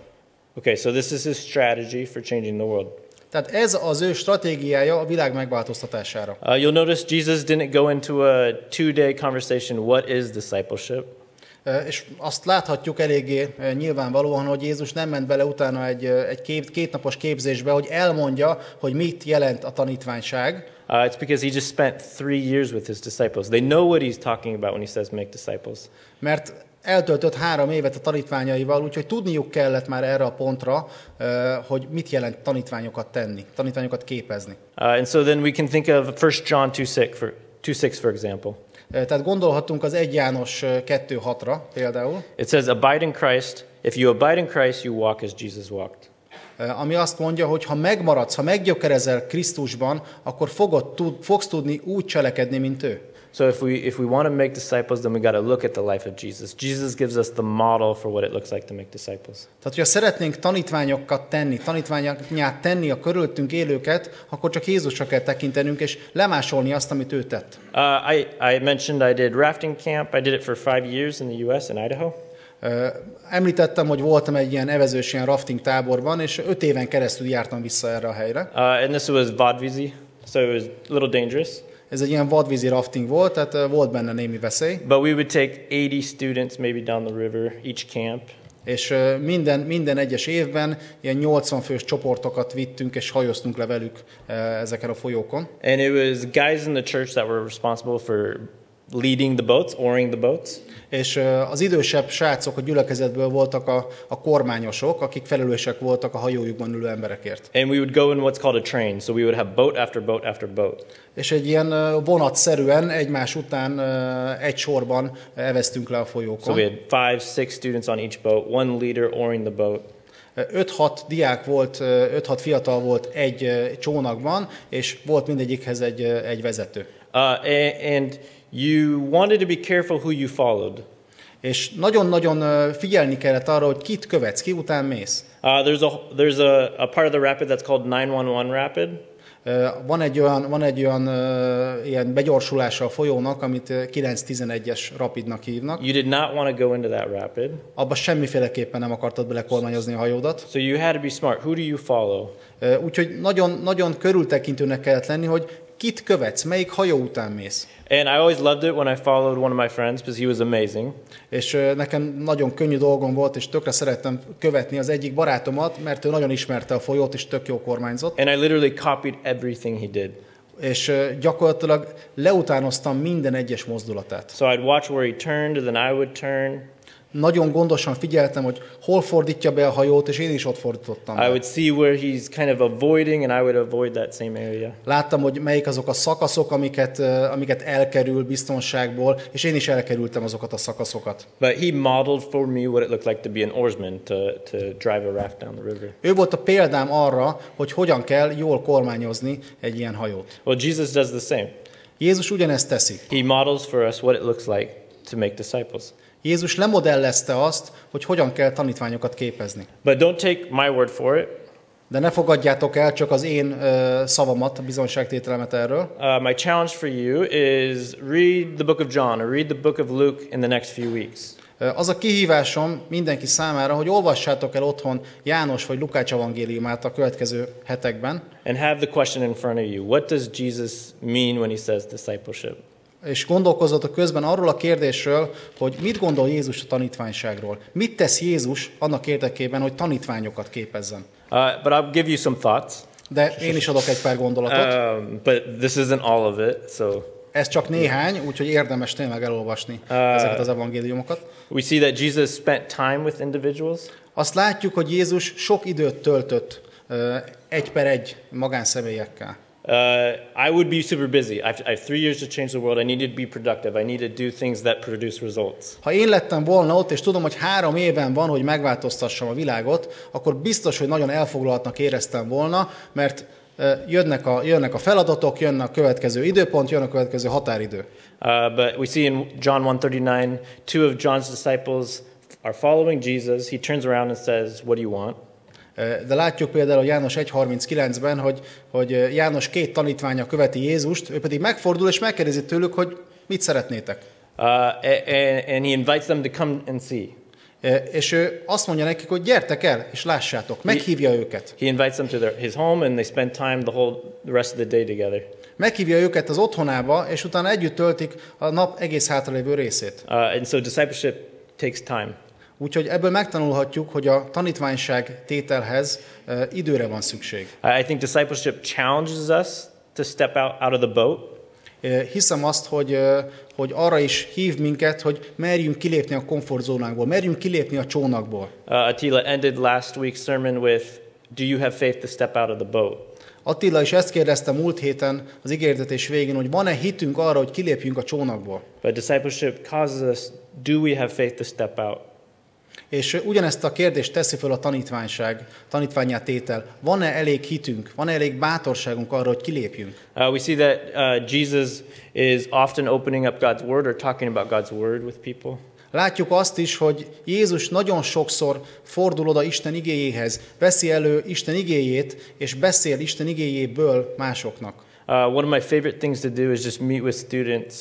Okay, so this is his strategy for changing the world. Tehát ez az ő stratégiája a világ megváltoztatására. Uh, you'll notice Jesus didn't go into a two-day conversation. What is discipleship? Ö, És azt láthatjuk eléggé ö, nyilvánvalóan, hogy Jézus nem ment bele utána egy, ö, egy kép, kétnapos képzésbe, hogy elmondja, hogy mit jelent a tanítványság, Uh, it's because he just spent three years with his disciples. They know what he's talking about when he says make disciples. mert eltöltött három évet a tanítványaival, úgyhogy tudniuk kellett már erre a pontra, ö, hogy mit jelent tanítványokat tenni, tanítványokat képezni. Uh, and so then we can think of 1 John 2 6 for, 2, 6, for example. Ö, Tehát gondolhatunk az 1 János ö, 2.6-ra például, It says, Abide in Christ. If you abide in Christ, you walk as Jesus walked. ö, ami azt mondja, hogy ha megmaradsz, ha meggyökerezel Krisztusban, akkor fogod, tud, fogsz tudni úgy cselekedni, mint ő. So if we, if we want to make disciples, then we got to look at the life of Jesus. Jesus gives us the model for what it looks like to make disciples. Tehát, hogyha szeretnénk tanítványokat tenni, tanítványát tenni a körülöttünk élőket, akkor csak Jézusra kell tekintenünk, és lemásolni azt, amit ő tett. Uh, I, I mentioned I did rafting camp. I did it for five years in the U.S. in Idaho. Ö, Említettem, hogy voltam egy ilyen evezős, ilyen rafting táborban, és öt éven keresztül jártam vissza erre a helyre. Uh, and this was vadvizi, so it was a little dangerous. Ez egy ilyen vadvízi rafting volt, tehát ö, volt benne némi veszély, But we would take 80 students maybe down the river each camp. és ö, minden, minden egyes évben ilyen 80 fős csoportokat vittünk, és hajóztunk le velük ö, ezeken a folyókon. And it was guys in the church that were responsible for leading the boats, oaring the boats. És ö, az idősebb srácok a gyülekezetből voltak a, a kormányosok, akik felelősek voltak a hajójukban ülő emberekért. And we would go in what's called a train. So we would have boat after boat after boat. És egy ilyen ö, vonatszerűen egymás után ö, egy sorban eveztünk le a So we folyókon. had five, six students on each boat, one leader oaring the boat. Ö, 5-6 diák volt, ö, 5-6 fiatal volt egy ö, csónakban, és volt mindegyikhez egy, ö, egy vezető. Uh, a- and you wanted to be careful who you followed. És nagyon-nagyon ö, figyelni kellett arra, hogy kit követsz, ki után mész. Uh, there's a, there's a, a part of the rapid that's called 911 Rapid. Ö, Van egy olyan, van egy olyan ö, ilyen begyorsulása a folyónak, amit ö, 9-11-es rapidnak hívnak. You did not want to go into that rapid. abba semmiféleképpen nem akartad belekormányozni a hajódat. So you had to be smart. Who do you follow? Ö, Úgyhogy nagyon, nagyon körültekintőnek kellett lenni, hogy kit követsz, melyik hajó után mész. And I always loved it when I followed one of my friends because he was amazing. És ö, nekem nagyon könnyű dolgom volt, és tökre szerettem követni az egyik barátomat, mert ő nagyon ismerte a folyót, és tök jó kormányzott. And I literally copied everything he did. És ö, gyakorlatilag leutánoztam minden egyes mozdulatát. So I'd watch where he turned, and then I would turn. Nagyon gondosan figyeltem, hogy hol fordítja be a hajót, és én is ott fordítottam. I be. would see where he's kind of avoiding, and I would avoid that same area. Láttam, hogy melyik azok a szakaszok, amiket, ö, amiket elkerül biztonságból, és én is elkerültem azokat a szakaszokat. But he modeled for me what it looked like to be an oarsman, to, to drive a raft down the river. Ő volt a példám arra, hogy hogyan kell jól kormányozni egy ilyen hajót. Well, Jesus does the same. Jézus ugyanezt teszi. He models for us what it looks like to make disciples. Jézus lemodellezte azt, hogy hogyan kell tanítványokat képezni. But don't take my word for it. De ne fogadjátok el csak az én ö, szavamat, bizonságtételemet erről. Uh, my challenge for you is read the book of John or read the book of Luke in the next few weeks. Ö, Az a kihívásom mindenki számára, hogy olvassátok el otthon János vagy Lukács evangéliumát a következő hetekben, And have the question in front of you What does Jesus mean when he says discipleship? és gondolkozzatok közben arról a kérdésről, hogy mit gondol Jézus a tanítványságról. Mit tesz Jézus annak érdekében, hogy tanítványokat képezzen. Uh, but I'll give you some thoughts. De én is adok egy pár gondolatot. Um, but this isn't all of it. So Ez csak néhány, úgyhogy érdemes tényleg elolvasni ezeket az evangéliumokat. we see that Jesus spent time with individuals. Azt látjuk, hogy Jézus sok időt töltött ö, egy per egy magánszemélyekkel. Uh, I would be super busy. I've, I have three years to change the world. I need to be productive. I need to do things that produce results. Ha én lettem volna ott, és tudom, hogy három éven van, hogy megváltoztassam a világot, akkor biztos, hogy nagyon elfoglaltnak éreztem volna, mert ö, jönnek a, jönnek a feladatok, jönnek a következő időpont, jön a következő határidő. Uh, but we see in John 139, two of John's disciples are following Jesus. He turns around and says, "What do you want?" Ö, De látjuk például a János 1.39-ben, hogy, hogy ö, János két tanítványa követi Jézust, ő pedig megfordul és megkérdezi tőlük, hogy mit szeretnétek. Uh, a- and, and he invites them to come and see. Ö, És ő azt mondja nekik, hogy gyertek el, és lássátok, meghívja őket. He invites them to their, his home, and they spend time the whole the rest of the day together. Meghívja őket az otthonába, és utána együtt töltik a nap egész hátralévő részét. Uh, and so discipleship takes time. Úgyhogy ebből megtanulhatjuk, hogy a tanítványság tételhez ö, időre van szükség. I I think discipleship challenges us to step out, out of the boat, Ö, Hiszem azt, hogy, ö, hogy arra is hív minket, hogy merjünk kilépni a komfortzónánkból, merjünk kilépni a csónakból. Uh, Attila ended last week's sermon with, Do you have faith to step out of the boat? Attila is ezt kérdezte múlt héten az ígérdetés végén, hogy van-e hitünk arra, hogy kilépjünk a csónakból. But discipleship causes us, Do we have faith to step out? És ugyanezt a kérdést teszi föl a tanítványság, tanítványát tétel. Van-e elég hitünk, van-e elég bátorságunk arra, hogy kilépjünk? Uh, we see that uh, Jesus is often opening up God's word or talking about God's word with people. Látjuk azt is, hogy Jézus nagyon sokszor fordul oda Isten igéjéhez, veszi elő Isten igéjét, és beszél Isten igéjéből másoknak. Uh, one of my favorite things to do is just meet with students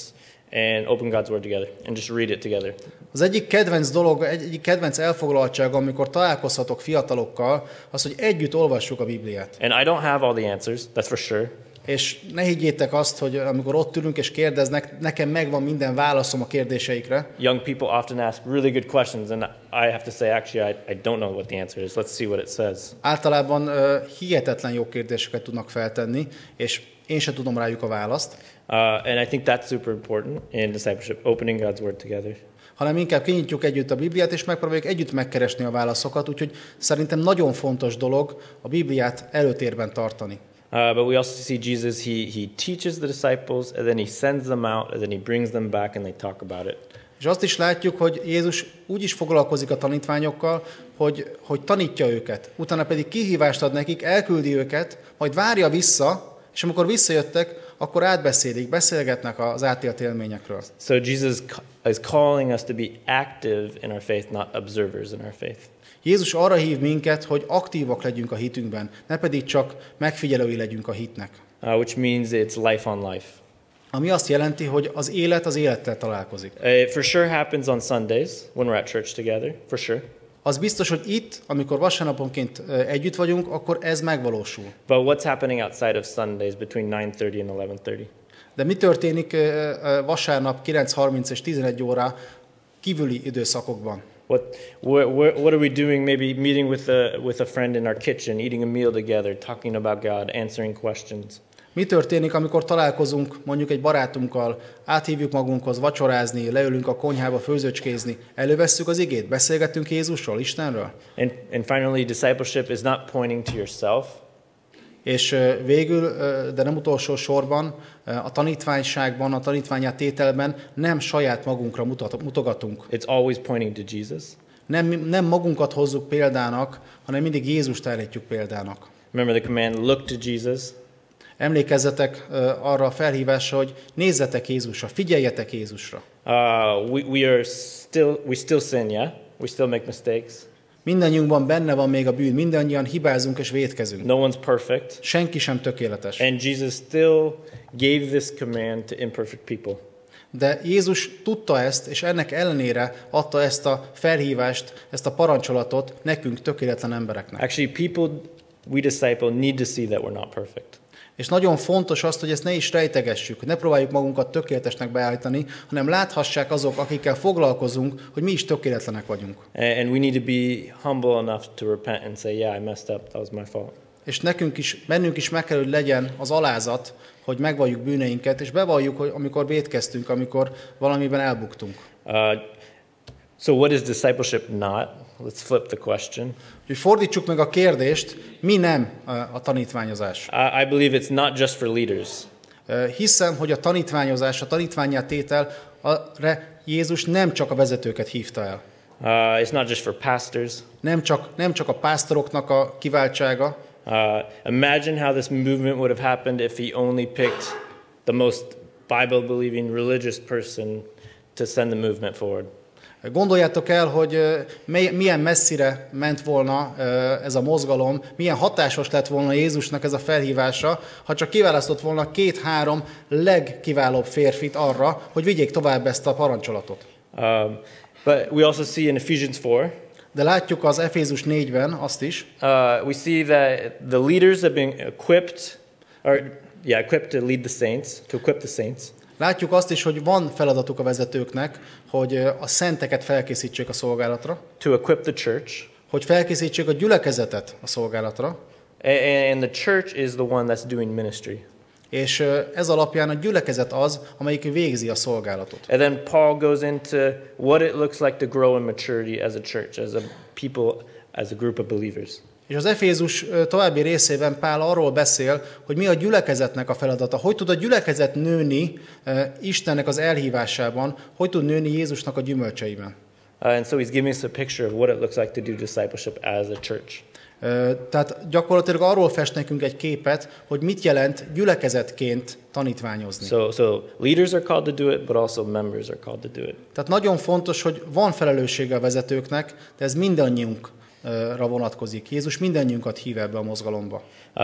and open God's word together and just read it together. Az egyik kedvenc dolog, egy- egyik kedvenc elfoglaltság, amikor találkozhatok fiatalokkal, az, hogy együtt olvassuk a Bibliát. And I don't have all the answers, that's for sure. És ne higgyétek azt, hogy amikor ott ülünk és kérdeznek, nekem megvan minden válaszom a kérdéseikre. Young people often ask really good questions, and I have to say, actually, I, I don't know what the answer is. Let's see what it says. Általában ö, hihetetlen jó kérdéseket tudnak feltenni, és én sem tudom rájuk a választ, Uh, and I think that's super important in discipleship, opening God's word together. hanem inkább kinyitjuk együtt a Bibliát, és megpróbáljuk együtt megkeresni a válaszokat, úgyhogy szerintem nagyon fontos dolog a Bibliát előtérben tartani. Uh, but we also see Jesus, he, he teaches the disciples, and then he sends them out, and then he brings them back, and they talk about it. És azt is látjuk, hogy Jézus úgy is foglalkozik a tanítványokkal, hogy, hogy tanítja őket, utána pedig kihívást ad nekik, elküldi őket, majd várja vissza, és amikor visszajöttek, akkor átbeszélik, beszélgetnek az átélt élményekről. So Jesus ca- is calling us to be active in our faith, not observers in our faith. Jézus arra hív minket, hogy aktívak legyünk a hitünkben, ne pedig csak megfigyelői legyünk a hitnek. uh, which means it's life on life. Ami azt jelenti, hogy az élet az élettel találkozik. Uh, It for sure happens on Sundays when we're at church together, for sure. Az biztos, hogy itt, amikor vasárnaponként ö, együtt vagyunk, akkor ez megvalósul. But what's happening outside of Sundays between 9:30 and 11:30? De mi történik ö, ö, vasárnap 9.30 és 11 óra kívüli időszakokban? What wh- wh- what are we doing? Maybe meeting with a with a friend in our kitchen, eating a meal together, talking about God, answering questions. Mi történik, amikor találkozunk mondjuk egy barátunkkal, áthívjuk magunkhoz vacsorázni, leülünk a konyhába főzőcskézni, elővesszük az igét, beszélgetünk Jézusról, Istenről? And and finally, discipleship is not pointing to yourself. És ö, végül, ö, de nem utolsó sorban, ö, a tanítványságban, a tanítványát tételben nem saját magunkra mutat- mutogatunk. It's always pointing to Jesus. Nem, nem magunkat hozzuk példának, hanem mindig Jézust állítjuk példának. Remember the command: look to Jesus. Emlékezzetek Emlékezzetek ö, arra a felhívásra, hogy nézzetek Jézusra, figyeljetek Jézusra. Uh, we, we are still we still sin, yeah. We still make mistakes. Mindannyiunkban benne van még a bűn, mindannyian hibázunk és vétkezünk. No one's perfect, Senki sem tökéletes. and Jesus still gave this command to imperfect people. De Jézus tudta ezt, és ennek ellenére adta ezt a felhívást, ezt a parancsolatot nekünk tökéletlen embereknek. Actually, people we disciple need to see that we're not perfect. És nagyon fontos azt, hogy ezt ne is rejtegessük, hogy ne próbáljuk magunkat tökéletesnek beállítani, hanem láthassák azok, akikkel foglalkozunk, hogy mi is tökéletlenek vagyunk. And and we need to be humble enough to repent and say, yeah, I messed up. That was my fault. És nekünk is, bennünk is meg kell, hogy legyen az alázat, hogy megvalljuk bűneinket, és bevalljuk, hogy amikor vétkeztünk, amikor valamiben elbuktunk. Uh, so, what is discipleship not? Let's flip the question. Úgyhogy fordítsuk meg a kérdést, mi nem ö, a tanítványozás. I, I believe it's not just for leaders. Ö, Hiszem, hogy a tanítványozás, a tanítványá tétel, arra Jézus nem csak a vezetőket hívta el. Uh, it's not just for pastors. Nem csak, nem csak a pásztoroknak a kiváltsága. Uh, imagine how this movement would have happened if he only picked the most Bible believing religious person to send the movement forward. Gondoljátok el, hogy ö, mely- milyen messzire ment volna ö, ez a mozgalom, milyen hatásos lett volna Jézusnak ez a felhívása, ha csak kiválasztott volna két-három legkiválóbb férfit arra, hogy vigyék tovább ezt a parancsolatot. Um, but we also see in Ephesians 4, De látjuk az Efézus 4-ben azt is, uh, we see that the leaders have been equipped, or yeah, equipped to lead the saints, to equip the saints. Látjuk azt is, hogy van feladatuk a vezetőknek, hogy ö, a szenteket felkészítsék a szolgálatra, to equip the church. hogy felkészítsék a gyülekezetet a szolgálatra, A- And the church is the one that's doing ministry. és ö, ez alapján a gyülekezet az, amelyik végzi a szolgálatot. And then Paul goes into what it looks like to grow in maturity as a church, as a people, as a group of believers. És az Efézus ö, további részében Pál arról beszél, hogy mi a gyülekezetnek a feladata, hogy tud a gyülekezet nőni ö, Istennek az elhívásában, hogy tud nőni Jézusnak a gyümölcseiben. Uh, and so he's giving us a picture of what it looks like to do discipleship as a church. Ö, Tehát gyakorlatilag arról fest nekünk egy képet, hogy mit jelent gyülekezetként tanítványozni. So, so leaders are called to do it, but also members are called to do it. Tehát nagyon fontos, hogy van felelőssége a vezetőknek, de ez mindannyiunkra vonatkozik. Jézus mindannyiunkat hív ebbe a mozgalomba. Uh,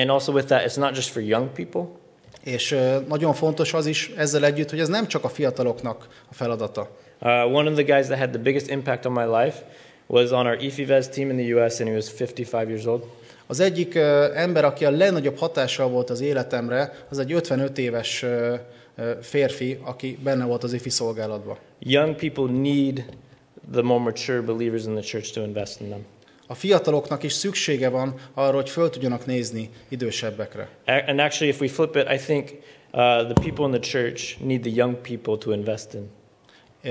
and also with that, it's not just for young people. És ö, nagyon fontos az is ezzel együtt, hogy ez nem csak a fiataloknak a feladata. Uh, one of the guys that had the biggest impact on my life was on our IFIVES team in the U.S., and he was 55 years old. Az egyik ö, ember, aki a legnagyobb hatással volt az életemre, az egy 55 éves ö, ö, férfi, aki benne volt az ifi szolgálatban. Young people need the more mature believers in the church to invest in them. A fiataloknak is szüksége van arra, hogy föl tudjanak nézni idősebbekre. A- And actually, if we flip it, I think uh, the people in the church need the young people to invest in.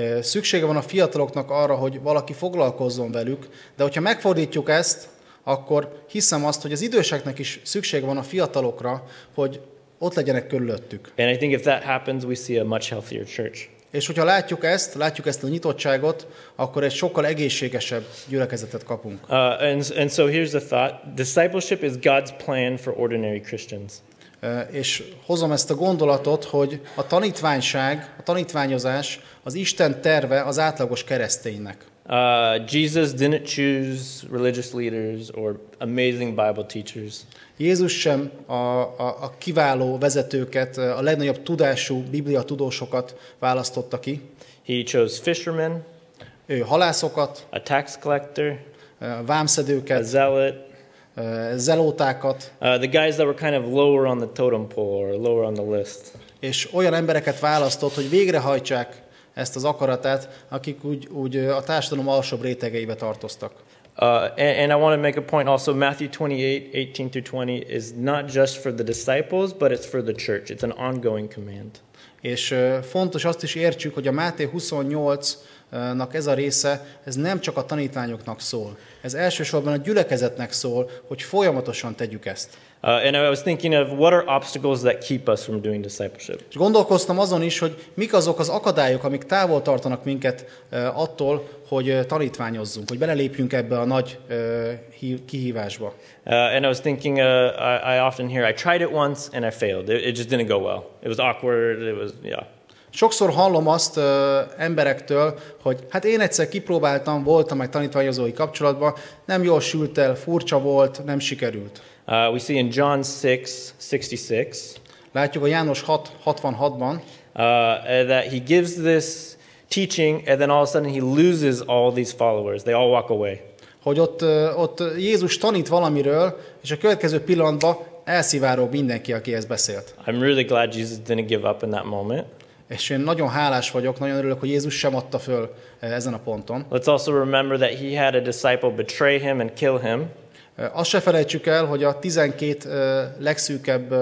Ö, Szüksége van a fiataloknak arra, hogy valaki foglalkozzon velük, de hogyha megfordítjuk ezt, akkor hiszem azt, hogy az időseknek is szüksége van a fiatalokra, hogy ott legyenek körülöttük. And I think if that happens, we see a much healthier church. És hogyha látjuk ezt, látjuk ezt a nyitottságot, akkor egy sokkal egészségesebb gyülekezetet kapunk. Uh, and, and so here's the thought discipleship is God's plan for ordinary Christians. Ö, És hozom ezt a gondolatot, hogy a tanítványság, a tanítványozás az Isten terve az átlagos kereszténynek. Uh, Jesus didn't choose religious leaders or amazing Bible teachers. Jézus sem a, a, a kiváló vezetőket, a legnagyobb tudású biblia tudósokat választotta ki. He chose fishermen, Ő halászokat, a tax collector, a vámszedőket, zealot, zelótákat, Uh, the guys that were kind of lower on the totem pole or lower on the list. és olyan embereket választott, hogy végrehajtsák ezt az akaratát, akik úgy, úgy a társadalom alsóbb rétegeibe tartoztak. Uh, and, and I want to make a point also Matthew 28, 18 through 20 is not just for the disciples, but it's for the church. It's an ongoing command. És ö, fontos azt is értsük, hogy a Máté 28-nak ez a része, ez nem csak a tanítványoknak szól. Ez elsősorban a gyülekezetnek szól, hogy folyamatosan tegyük ezt. Uh, and I was thinking of what are obstacles that keep us from doing discipleship? És gondolkoztam azon is, hogy mik azok az akadályok, amik távol tartanak minket ö, attól, hogy ö, tanítványozzunk, hogy belelépjünk ebbe a nagy ö, hí- kihívásba. Uh, and I was thinking, uh, I, I often hear, I tried it once and I failed. It, it just didn't go well. It was awkward. It was, yeah. Sokszor hallom azt ö, emberektől, hogy hát én egyszer kipróbáltam, voltam egy tanítványozói kapcsolatban, nem jól sült el, furcsa volt, nem sikerült. Uh, we see in John 6, 66, Látjuk a János 6, 66-ban, uh, uh, that he gives this teaching and then all of a sudden he loses all these followers. They all walk away. hogy ott, ö, ott Jézus tanít valamiről, és a következő pillanatban elszivárog mindenki, aki ezt beszélt. I'm really glad Jesus didn't give up in that moment. És én nagyon hálás vagyok, nagyon örülök, hogy Jézus sem adta föl eh, ezen a ponton. Let's also remember that he had a disciple betray him and kill him. Eh, Azt se felejtsük el, hogy a 12 eh, legszűkebb eh,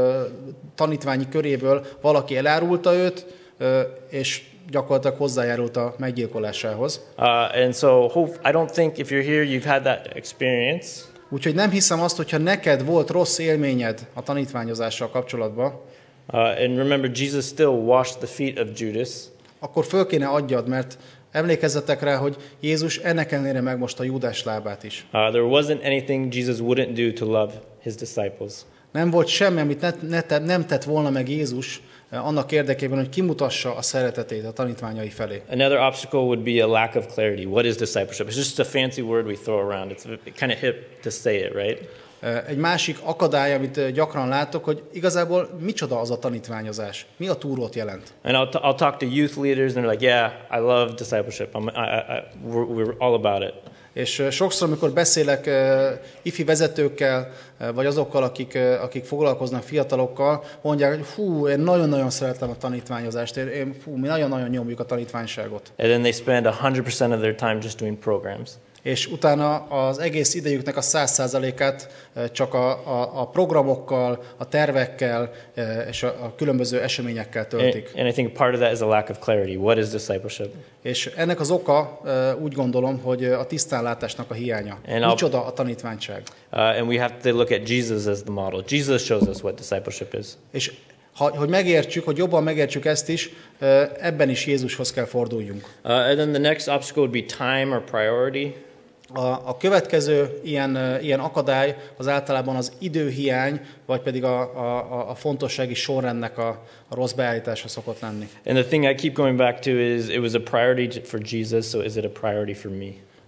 tanítványi köréből valaki elárulta őt, eh, és gyakorlatilag hozzájárult a meggyilkolásához. Uh, and so hope, I don't think if you're here, you've had that experience. Úgyhogy nem hiszem azt, hogyha neked volt rossz élményed a tanítványozással kapcsolatban, Uh, and remember, Jesus still washed the feet of Judas. akkor föl kéne adjad, mert emlékezzetek rá, hogy Jézus ennek ellenére megmosta Júdás lábát is. Uh, there wasn't anything Jesus wouldn't do to love his disciples. Nem volt semmi, amit ne, ne, te- nem tett volna meg Jézus eh, annak érdekében, hogy kimutassa a szeretetét a tanítványai felé. Another obstacle would be a lack of clarity. What is discipleship? It's just a fancy word we throw around. It's kind of hip to say it, right? Eh, Egy másik akadály, amit eh, gyakran látok, hogy igazából micsoda az a tanítványozás? Mi a túrót jelent? And I'll, t- I'll talk to youth leaders, and they're like, "Yeah, I love discipleship. I'm, I, I, I, we're, we're all about it." És eh, sokszor, amikor beszélek eh, ifi vezetőkkel, eh, vagy azokkal, akik, eh, akik foglalkoznak fiatalokkal, mondják, hogy hú, én nagyon-nagyon szeretem a tanítványozást, én, én, hú, mi nagyon-nagyon nyomjuk a tanítványságot. And then they spend 100% of their time just doing programs. És utána az egész idejüknek a száz százalékát eh, csak a, a, a programokkal, a tervekkel eh, és a, a különböző eseményekkel And, töltik. and I think part of that is a lack of clarity. What is discipleship? És ennek az oka eh, úgy gondolom, hogy eh, a tisztánlátásnak a hiánya. Én a- Micsoda a tanítványság. Uh, and we have to look at Jesus as the model. Jesus shows us what discipleship is. És ha, hogy megértsük, hogy jobban megértsük ezt is, eh, ebben is Jézushoz kell forduljunk. Uh, and then the next obstacle would be time or priority. A, a következő ilyen, eh, ilyen akadály az általában az időhiány, vagy pedig a, a, a- a fontossági sorrendnek a, a rossz beállítása szokott lenni. And the thing I keep going back to is it was a priority to- for Jesus, so is it a priority for me?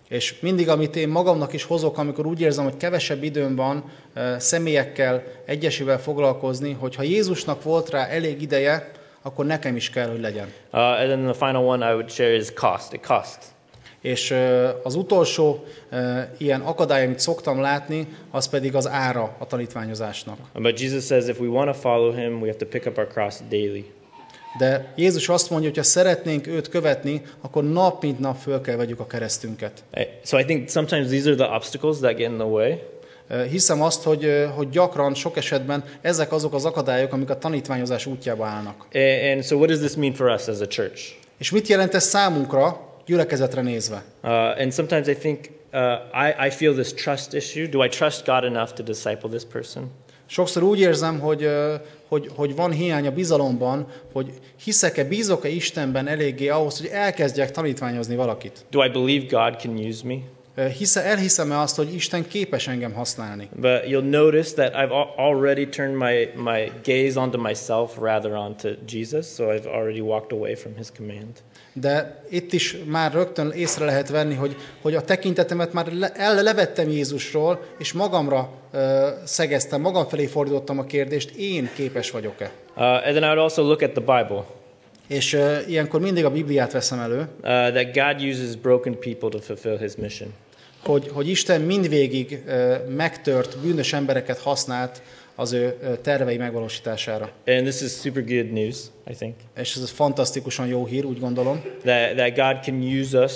És mindig, amit én magamnak is hozok, amikor úgy érzem, hogy kevesebb időm van eh, személyekkel, egyesével foglalkozni, hogy ha Jézusnak volt rá elég ideje, akkor nekem is kell, hogy legyen. Uh, and then the final one I would share is cost. It costs. És ö, az utolsó ö, ilyen akadály, amit szoktam látni, az pedig az ára a tanítványozásnak. But Jesus says if we want to follow him, we have to pick up our cross daily. De Jézus azt mondja, hogy ha szeretnénk őt követni, akkor nap mint nap föl kell vegyük a keresztünket. Uh, So I think sometimes these are the obstacles that get in the way. Ö, Hiszem azt, hogy, ö, hogy gyakran, sok esetben ezek azok az akadályok, amik a tanítványozás útjába állnak. A- And so what does this mean for us as a church? És mit jelent ez számunkra, gyülekezetre nézve? Uh, and sometimes I think uh, I, I feel this trust issue. Do I trust God enough to disciple this person? Sokszor úgy érzem, hogy, ö, hogy, hogy van hiány a bizalomban, hogy hiszek-e, bízok-e Istenben eléggé ahhoz, hogy elkezdjek tanítványozni valakit. Do I believe God can use me? Hisze, elhiszem-e azt, hogy Isten képes engem használni? But you'll notice that I've al- already turned my, my gaze onto myself rather onto Jesus, so I've already walked away from his command. De itt is már rögtön észre lehet venni, hogy, hogy a tekintetemet már le, el levettem Jézusról, és magamra ö, szegeztem, magam felé fordítottam a kérdést, én képes vagyok-e? Uh, and then I would also look at the Bible És ö, ilyenkor mindig a Bibliát veszem elő, uh, that God uses broken people to fulfill his mission. hogy, hogy Isten mindvégig ö, megtört, bűnös embereket használt az ő ö, tervei megvalósítására. And this is super good news, I think, És ez fantasztikusan jó hír, úgy gondolom, that, that God can use us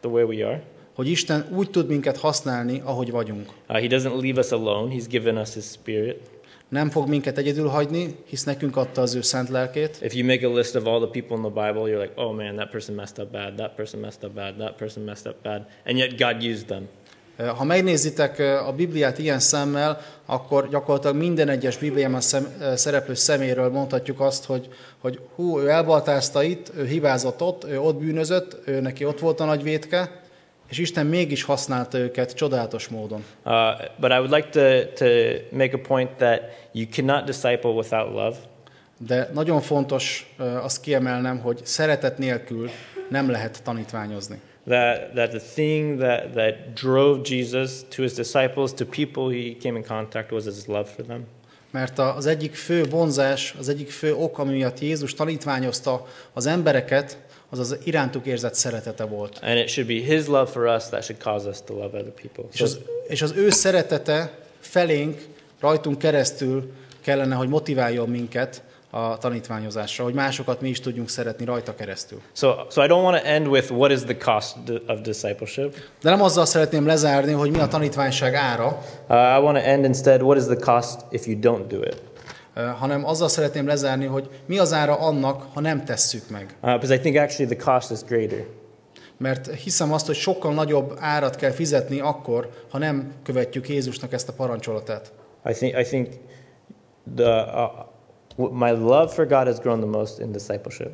the way we are. hogy Isten úgy tud minket használni, ahogy vagyunk. Uh, he doesn't leave us alone, he's given us his spirit. Nem fog minket egyedül hagyni, hisz nekünk adta az ő szent lelkét. If you make a list of all the people in the Bible, you're like, oh man, that person messed up bad, that person messed up bad, that person messed up bad, and yet God used them. Eh, Ha megnézitek eh, a Bibliát ilyen szemmel, akkor gyakorlatilag minden egyes Bibliában szem, eh, szereplő szeméről mondhatjuk azt, hogy, hogy hú, ő elbaltázta itt, ő hibázott ott, ő ott bűnözött, ő neki ott volt a nagy vétke, és Isten mégis használta őket csodálatos módon. Uh, but I would like to, to make a point that you cannot disciple without love. De nagyon fontos ö, azt kiemelnem, hogy szeretet nélkül nem lehet tanítványozni. That, that the thing that, that drove Jesus to his disciples, to people he came in contact, was his love for them. Mert a- az egyik fő vonzás, az egyik fő ok, ami miatt Jézus tanítványozta az embereket, az az irántuk érzett szeretete volt. And it should be his love for us that should cause us to love other people. És az, és az ő szeretete felénk, rajtunk keresztül kellene, hogy motiváljon minket a tanítványozásra, hogy másokat mi is tudjunk szeretni rajta keresztül. so, so I don't want to end with what is the cost d- of discipleship. De nem azzal szeretném lezárni, hogy mi a tanítványság ára, Uh, I want to end instead, what is the cost if you don't do it? ö, hanem azzal szeretném lezárni, hogy mi az ára annak, ha nem tesszük meg. Uh, because I think actually the cost is greater. Mert hiszem azt, hogy sokkal nagyobb árat kell fizetni akkor, ha nem követjük Jézusnak ezt a parancsolatát. I think, I think the, uh, w- my love for God has grown the most in discipleship.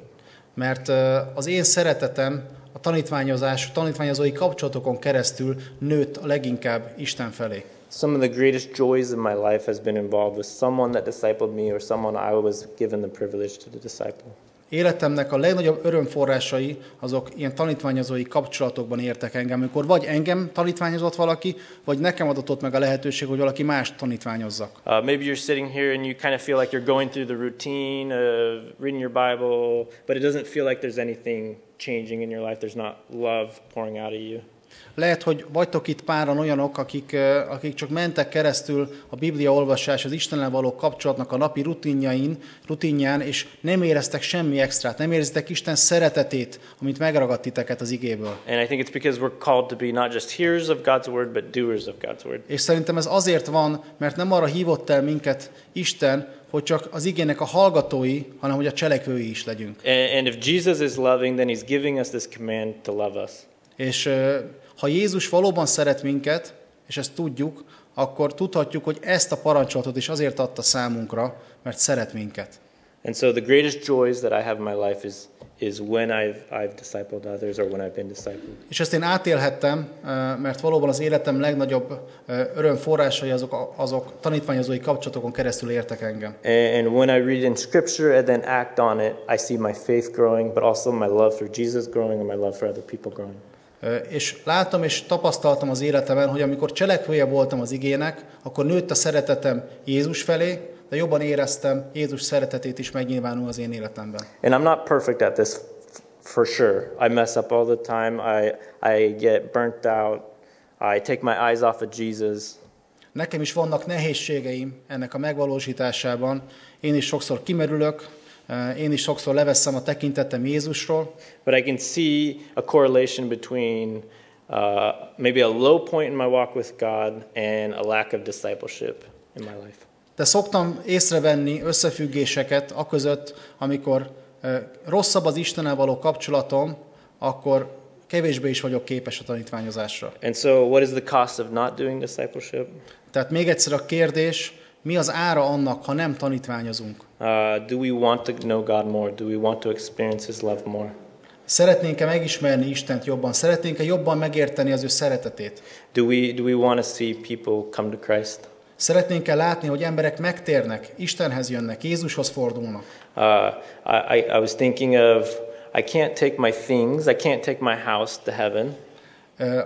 Mert ö, az én szeretetem a tanítványozás, a tanítványozói kapcsolatokon keresztül nőtt a leginkább Isten felé. Some of the greatest joys in my life has been involved with someone that discipled me or someone I was given the privilege to disciple. Életemnek a legnagyobb örömforrásai azok ilyen tanítványozói kapcsolatokban értek engem, amikor vagy engem tanítványozott valaki, vagy nekem adott ott meg a lehetőség, hogy valaki más tanítványozzak. Uh, maybe you're sitting here and you kind of feel like you're going through the routine of reading your Bible, but it doesn't feel like there's anything changing in your life. There's not love pouring out of you. Lehet, hogy vagytok itt páran olyanok, akik, ö, akik csak mentek keresztül a Biblia olvasás, az Istennel való kapcsolatnak a napi rutinjain, rutinján, és nem éreztek semmi extrát, nem érzitek Isten szeretetét, amit megragadt titeket az igéből. And I think it's because we're called to be not just hearers of God's word, but doers of God's word. És szerintem ez azért van, mert nem arra hívott el minket Isten, hogy csak az igének a hallgatói, hanem hogy a cselekvői is legyünk. And, and if Jesus is loving, then he's giving us this command to love us. És ö, ha Jézus valóban szeret minket, és ezt tudjuk, akkor tudhatjuk, hogy ezt a parancsolatot is azért adta számunkra, mert szeret minket. And so the greatest joys that I have in my life is, is when I've, I've discipled others or when I've been discipled. És ezt én átélhettem, ö, mert valóban az életem legnagyobb ö, öröm forrásai azok, azok tanítványozói kapcsolatokon keresztül értek engem. And, and when I read in scripture and then act on it, I see my faith growing, but also my love for Jesus growing and my love for other people growing. Ö, És láttam és tapasztaltam az életemben, hogy amikor cselekvője voltam az igének, akkor nőtt a szeretetem Jézus felé, de jobban éreztem Jézus szeretetét is megnyilvánul az én életemben. And I'm not perfect at this f- for sure. I mess up all the time. I, I get burnt out. I take my eyes off of Jesus. Nekem is vannak nehézségeim ennek a megvalósításában. Én is sokszor kimerülök, ö, én is sokszor leveszem a tekintetem Jézusról, But I can see a correlation between uh, maybe a low point in my walk with God and a lack of discipleship in my life. de szoktam észrevenni összefüggéseket a között, amikor ö, rosszabb az Istennel való kapcsolatom, akkor kevésbé is vagyok képes a tanítványozásra. And so, what is the cost of not doing discipleship? Tehát még egyszer a kérdés, mi az ára annak, ha nem tanítványozunk? Uh, do we want to know God more? Do we want to experience His love more? Szeretnénk-e megismerni Istent jobban? Szeretnénk-e jobban megérteni az ő szeretetét? Do we, do we want to see people come to Christ? Szeretnénk-e látni, hogy emberek megtérnek, Istenhez jönnek, Jézushoz fordulnak? Uh, I, I, I was thinking of I can't take my things, I can't take my house to heaven, Ö,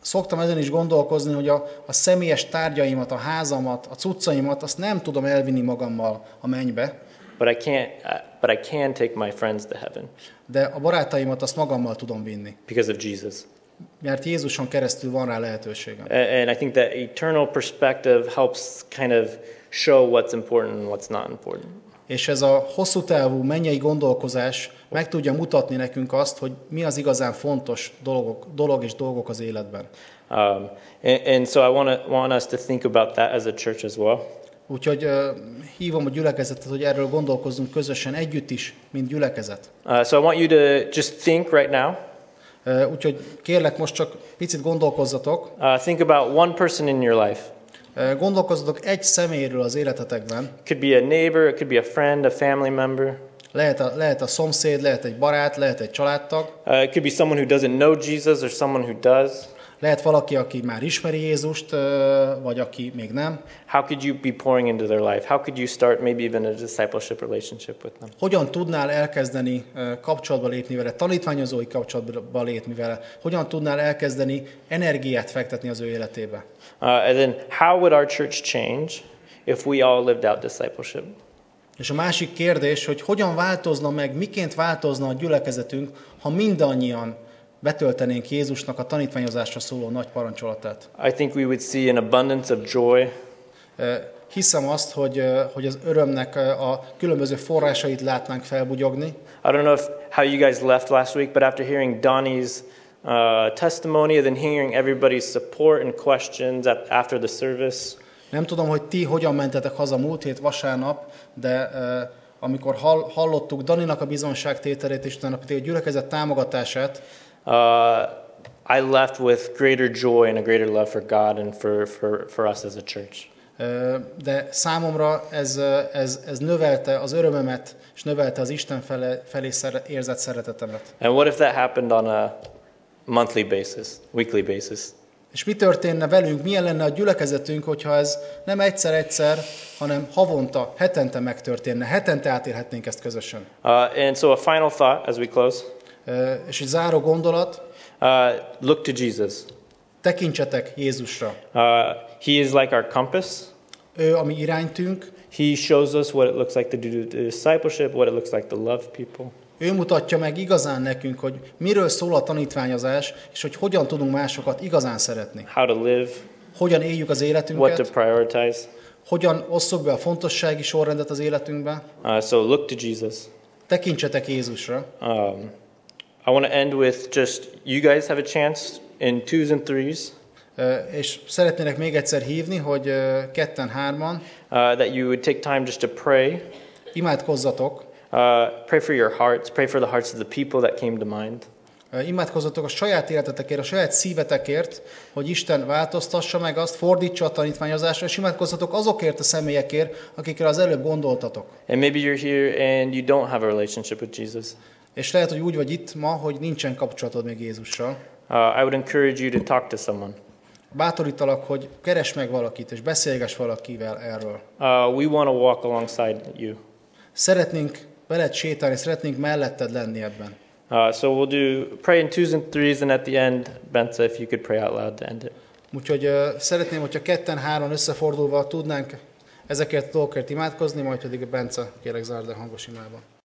Szoktam ezen is gondolkozni, hogy a, a személyes tárgyaimat, a házamat, a cuccaimat, azt nem tudom elvinni magammal a mennybe, but I can't. Uh, but I can take my friends to heaven de a barátaimat azt magammal tudom vinni, because of Jesus. mert Jézuson keresztül van rá lehetőségem. A- And I think that eternal perspective helps kind of show what's important and what's not important. És ez a hosszú távú mennyei gondolkozás meg tudja mutatni nekünk azt, hogy mi az igazán fontos dolgok, dolog és dolgok az életben. Um, and, and so I want to want us to think about that as a church as well. Úgyhogy ö, hívom a gyülekezetet, hogy erről gondolkozzunk közösen együtt is, mint gyülekezet. Uh, so I want you to just think right now. Ö, Úgyhogy kérlek, most csak picit gondolkozzatok. Uh, think about one person in your life. Ö, Gondolkozzatok egy személyről az életetekben. It could be a neighbor, it could be a friend, a family member, Lehet a, lehet a szomszéd, lehet egy barát, lehet egy családtag, uh, it could be someone who doesn't know Jesus or someone who does. lehet valaki, aki már ismeri Jézust, ö, vagy aki még nem. How could you be pouring into their life? How could you start maybe even a discipleship relationship with them? Hogyan tudnál elkezdeni ö, kapcsolatba lépni vele, tanítványozói kapcsolatba lépni vele? Hogyan tudnál elkezdeni energiát fektetni az ő életébe? Uh, and then, how would our church change if we all lived out discipleship? És a másik kérdés, hogy hogyan változna meg, miként változna a gyülekezetünk, ha mindannyian betöltenénk Jézusnak a tanítványozásra szóló nagy parancsolatát. I think we would see an abundance of joy. Ö, Hiszem azt, hogy, ö, hogy az örömnek ö, a különböző forrásait látnánk felbugyogni. I don't know if, how you guys left last week, but after hearing Donnie's uh, testimony and then hearing everybody's support and questions at, after the service, Nem tudom, hogy ti hogyan mentetek haza múlt hét vasárnap, de ö, amikor hall, hallottuk Daninak a bizonságtételét, és utána pedig a gyülekezet támogatását, uh, I left with greater joy and a greater love for God and for, for, for us as a church. ö, de számomra ez, ö, ez, ez növelte az örömömet, és növelte az Isten fele, felé szere, érzett szeretetemet. And what if that happened on a monthly basis, weekly basis? És mi történne velünk, milyen lenne a gyülekezetünk, hogyha ez nem egyszer-egyszer, hanem havonta, hetente megtörténne, hetente átélhetnénk ezt közösen. Uh, and so, a final thought as we close Ö, És egy záró gondolat, uh, look to Jesus. tekintsetek Jézusra. Uh, he is like our compass. Ő a mi iránytünk, He shows us what it looks like to do discipleship, what it looks like to love people. ő mutatja meg igazán nekünk, hogy miről szól a tanítványozás, és hogy hogyan tudunk másokat igazán szeretni. how to live, Hogyan éljük az what to életünket, prioritize. hogyan osszuk be a fontossági sorrendet az életünkbe. Uh, so look to Jesus. Tekintsetek Jézusra. Um, I want to end with just you guys have a chance in twos and threes Ö, És szeretnének még egyszer hívni, hogy ö, ketten, hárman uh, that you would take time just to pray. imádkozzatok, Uh, pray for your hearts, pray for the hearts of the people that came to mind. Ö, imádkozzatok a saját életetekért, a saját szívetekért, hogy Isten változtassa meg azt, fordítsa a tanítványozásra, és imádkozzatok azokért a személyekért, akikre az előbb gondoltatok. And maybe you're here and you don't have a relationship with Jesus. És lehet, hogy úgy vagy itt ma, hogy nincsen kapcsolatod még Jézussal. Uh, I would encourage you to talk to someone. Bátorítalak, hogy keresd meg valakit, és beszélgess valakivel erről. Uh, we want to walk alongside you. Szeretnénk veled sétálni, szeretnénk melletted lenni ebben. Uh, so we'll do pray in twos and threes, and at the end, Benza, if you could pray out loud to end it. Úgyhogy ö, szeretném, hogyha ketten-háron összefordulva tudnánk ezekért a dolgokért imádkozni, majd pedig Bence, kérlek zárd le hangos imában.